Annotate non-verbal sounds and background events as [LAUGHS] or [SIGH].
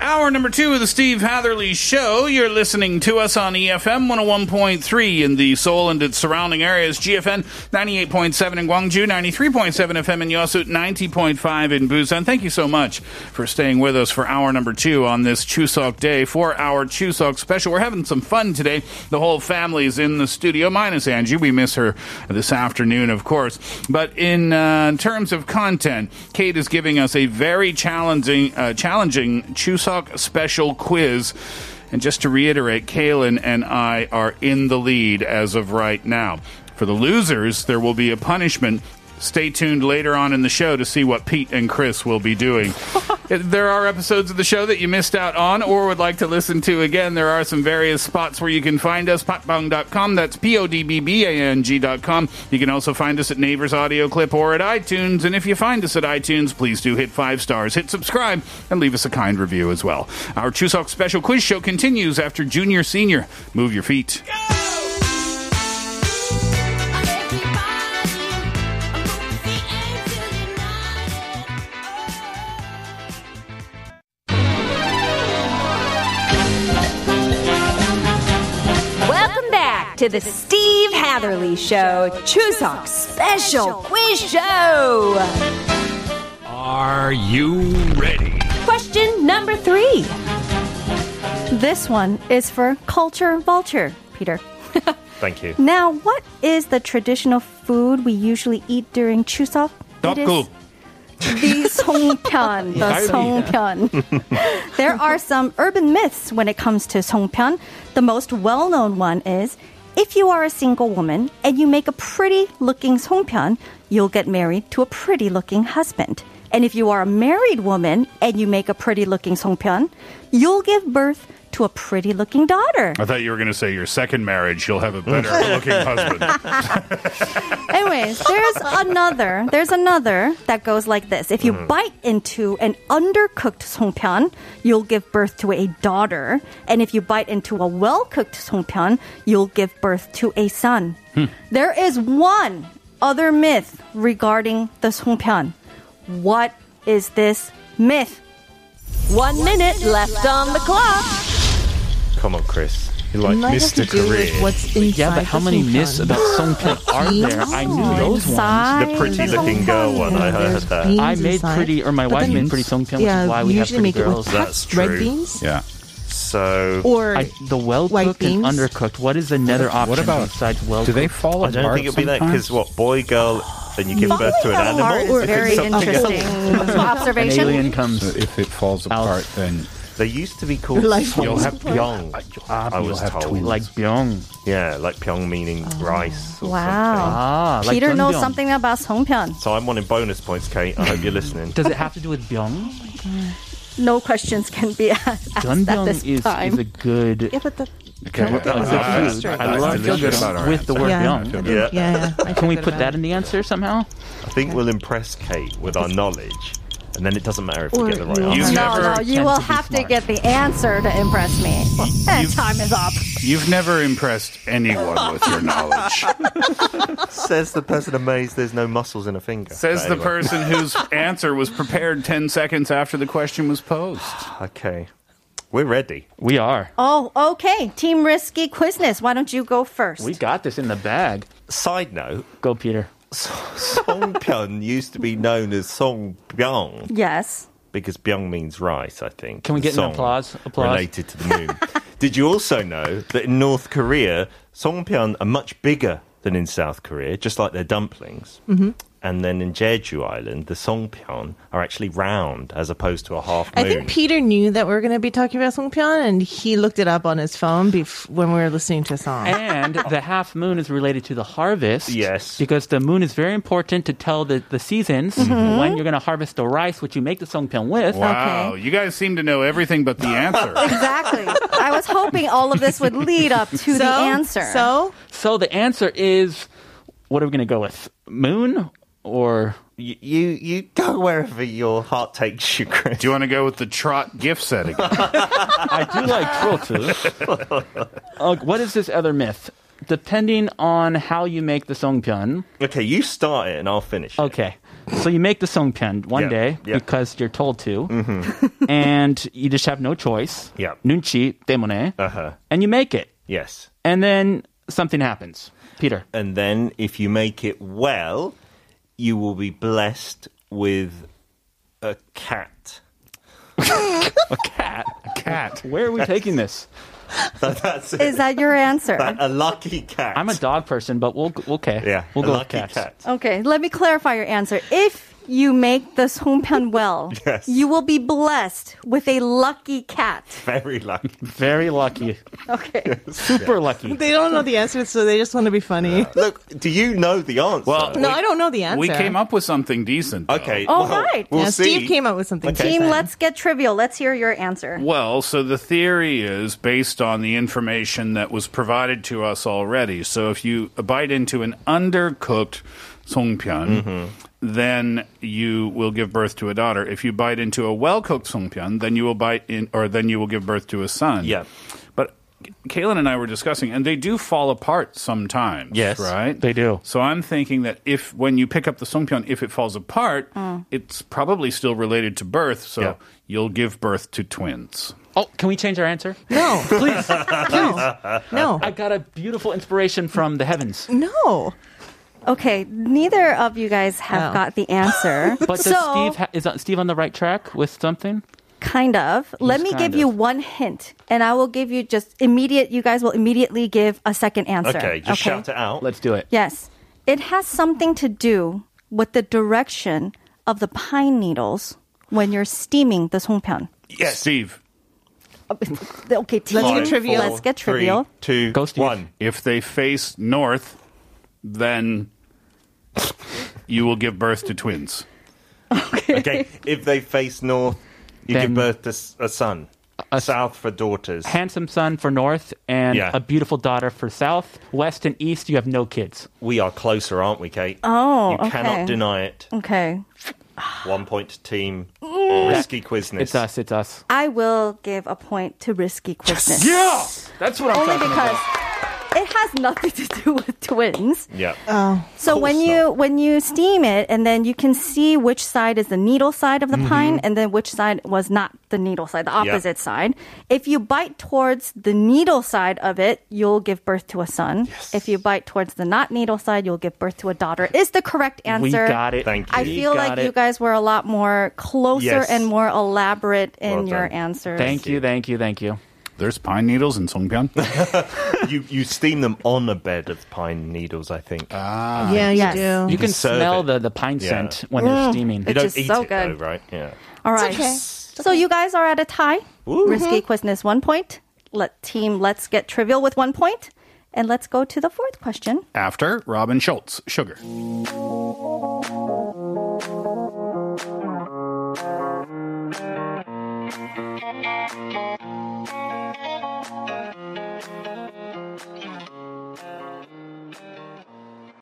Hour number two of the Steve Hatherley Show. You're listening to us on E EFM 101.3 in the Seoul and its surrounding areas, GFN 98.7 in Gwangju, 93.7 FM in Yosu, 90.5 in Busan. Thank you so much for staying with us for hour number two on this Chuseok day for our Chuseok special. We're having some fun today. The whole family's in the studio, minus Angie. We miss her this afternoon, of course. But in uh, terms of content, Kate is giving us a very challenging, uh, challenging Chuseok special quiz. And just to reiterate, Kaylin and I are in the lead as of right now. For the losers, there will be a punishment. Stay tuned later on in the show to see what Pete and Chris will be doing. if there are episodes of the show that you missed out on or would like to listen to again, there are some various spots where you can find us. Potbang.com, that's P O D B B A N G.com. You can also find us at Neighbors Audio Clip or at iTunes. And if you find us at iTunes, please do hit five stars, hit subscribe, and leave us a kind review as well. Our Chuseok special quiz show continues after Junior Senior. Move your feet. Welcome back to the Steve Hatherley Show Chuseok Special Quiz Show. Are you ready? Question number three. This one is for Culture Vulture, Peter. Thank you. Now, what is the traditional food we usually eat during Chuseok? It is Dokguk. The songpyeon, the songpyeon. there are some urban myths when it comes to songpyeon. The most well-known one is if you are a single woman and you make a pretty-looking songpyeon, you'll get married to a pretty-looking husband. And if you are a married woman and you make a pretty-looking songpyeon, you'll give birth to a pretty-looking daughter. I thought you were going to say your second marriage, you'll have a [LAUGHS] better looking husband. Anyways, there's another. There's another that goes like this. If you bite into an undercooked songpyeon, you'll give birth to a daughter, and if you bite into a well-cooked songpyeon, you'll give birth to a son. Hmm. There is one other myth regarding the songpyeon. What is this myth? One minute left on the clock. Come on, Chris. You're like Mr. Career. yeah, but how many myths about Songpyeon are there? I knew those ones. The pretty looking girl one, I heard that. I made pretty, or my wife made pretty Songpyeon, which is why we have pretty girls. That's true. yeah. So, I, the well-cooked and undercooked. What is another option What about? besides well? Do they fall I don't apart think it'll be that sometimes? because what, boy, girl, then you give birth to an Heart animal? is If very it's something else- interesting An observation. alien comes. So If it falls apart, then They used to be called You'll have Pyong. I was have told. twins. Like Byung. Yeah, like Pyong meaning rice or Wow. something. Ah, like Peter knows Jeonbyeon. something about songpyeon. So I'm wanting bonus points, Kate. I hope you're listening. Does it have to do with Byung? No questions can be [LAUGHS] asked at Jeonbyeon this is, time. is a good. 예, but the okay. a good food. I love feel good Jeonbyeon about our with the word Yeah. Byung. Yeah. yeah. yeah. Can we put that in the answer somehow? I think we'll impress Kate with our knowledge. And then it doesn't matter if we get the right you- answer. You've No, never, no, you tend will to be have to smart. get the answer to impress me. Time is up. you've never impressed anyone with your knowledge. Says the person amazed there's no muscles in a finger. [LAUGHS] Says But the anyway. person whose answer was prepared 10 seconds after the question was posed. Okay. We're ready. We are. Oh, okay. Team Risky Quizness, why don't you go first? We got this in the bag. Side note, Go, Peter. Songpyeon used to be known as Songpyeong yes. because Byung means rice, I think. Can we get an Song applause? Applause. [LAUGHS] Related to the moon. Did you also know that in North Korea, songpyeon are much bigger than in South Korea, just like their dumplings? Mm-hmm. And then in Jeju Island, the songpyeon are actually round as opposed to a half I moon. think Peter knew that we were going to be talking about Songpyeon, and he looked it up on his phone bef- when we were listening to a song. and the half moon is related to the harvest. Yes. Because the moon is very important to tell the, the seasons Mm-hmm. Mhm. when you're going to harvest the rice, which you make the songpyeon with. Wow, you guys seem to know everything but the answer. exactly. I was hoping all of this would lead up to the answer. So? So the answer is what are we going to go with? Moon or. You, you you go wherever your heart takes you, Chris. Do you want to go with the trot gift set again? I do like trotu. [LAUGHS] uh, what is this other myth? Depending on how you make the songpyeon. Okay, you start it and I'll finish. Okay, so you make the songpyeon one Yeah, day yeah. Mm-hmm. because you're told to, [LAUGHS] and you just have no choice. Yeah. 눈치 때문에. Uh-huh. And you make it, Yes. and then something happens. Peter. And then if you make it well, you will be blessed with a cat. [LAUGHS] a cat? A cat. Where are we taking this? that's it. Is that your answer? [LAUGHS] a lucky cat. I'm a dog person, but we'll okay. Yeah, we'll a go lucky with cats. cat. Okay, let me clarify your answer. If you make the songpyeon well, Yes. you will be blessed with a lucky cat. Very lucky. Very lucky. [LAUGHS] Okay. Super lucky. They don't know the answer, so they just want to be funny. Look, do you know the answer? Well, No, I don't know the answer. Uh, We came up with something decent. Okay. All right. Yeah, Steve came up with something. Team, decent. let's get trivial. Let's hear your answer. Well, so the theory is based on the information that was provided to us already. So if you bite into an undercooked songpyeon, then you will give birth to a daughter. If you bite into a well-cooked songpyeon, then you will bite in, or then you will give birth to a son. Yeah. But Kaylin and I were discussing, and they do fall apart sometimes. Yes, right. They do. So I'm thinking that if when you pick up the songpyeon, if it falls apart, Mm. it's probably still related to birth. So Yeah. you'll give birth to twins. Oh, can we change our answer? No, please, No. [LAUGHS] no. I got a beautiful inspiration from the heavens. No. Okay, neither of you guys have Oh. got the answer. But does so, Steve ha- is Steve on the right track with something? kind of. Let me kind give of. you one hint, and I will give you just immediate. You guys will immediately give a second answer. Okay, just shout it out. Let's do it. Yes, it has something to do with the direction of the pine needles when you're steaming the songpyeon. Yes, Steve. Okay, team, Five, four, Let's get trivial. Three, two, one. If they face north, then you will give birth to twins. Okay. [LAUGHS] If they face north, you give birth to s- a son. South for daughters. Handsome son for north and Yeah. a beautiful daughter for south. West and east, you have no kids. We are closer, aren't we, Kate? Oh, You okay. cannot deny it. Okay, One point to team. Mm. Risky quizness. It's us. It's us. I will give a point to risky quickness. Yeah, that's what I'm Only talking because about. it has nothing to do with twins. Yeah. Oh. So when you when you steam it, and then you can see which side is the needle side of the pine, Mm-hmm. and then which side was not the needle side, the Yep. opposite side. If you bite towards the needle side of it, you'll give birth to a son. If you bite towards the not needle side, you'll give birth to a daughter. Is the correct answer? We got it. Thank I feel like you guys were a lot more closer Yes. and more elaborate in Well your done. answers. Thank you, thank you, thank you. There's pine needles in songpyeon. [LAUGHS] you you steam them on a bed of pine needles, I think. Uh. Ah, Yeah, you Yes. do. You You can can serve smell it. the, the pine Yeah. scent Mm. when they're steaming. It's just so good. though, right? Yeah. All right. So you guys are at a tie. Ooh. Risky quizness one point. Let team let's get trivial with one point. And let's go to the fourth question. After Robin Schultz, sugar.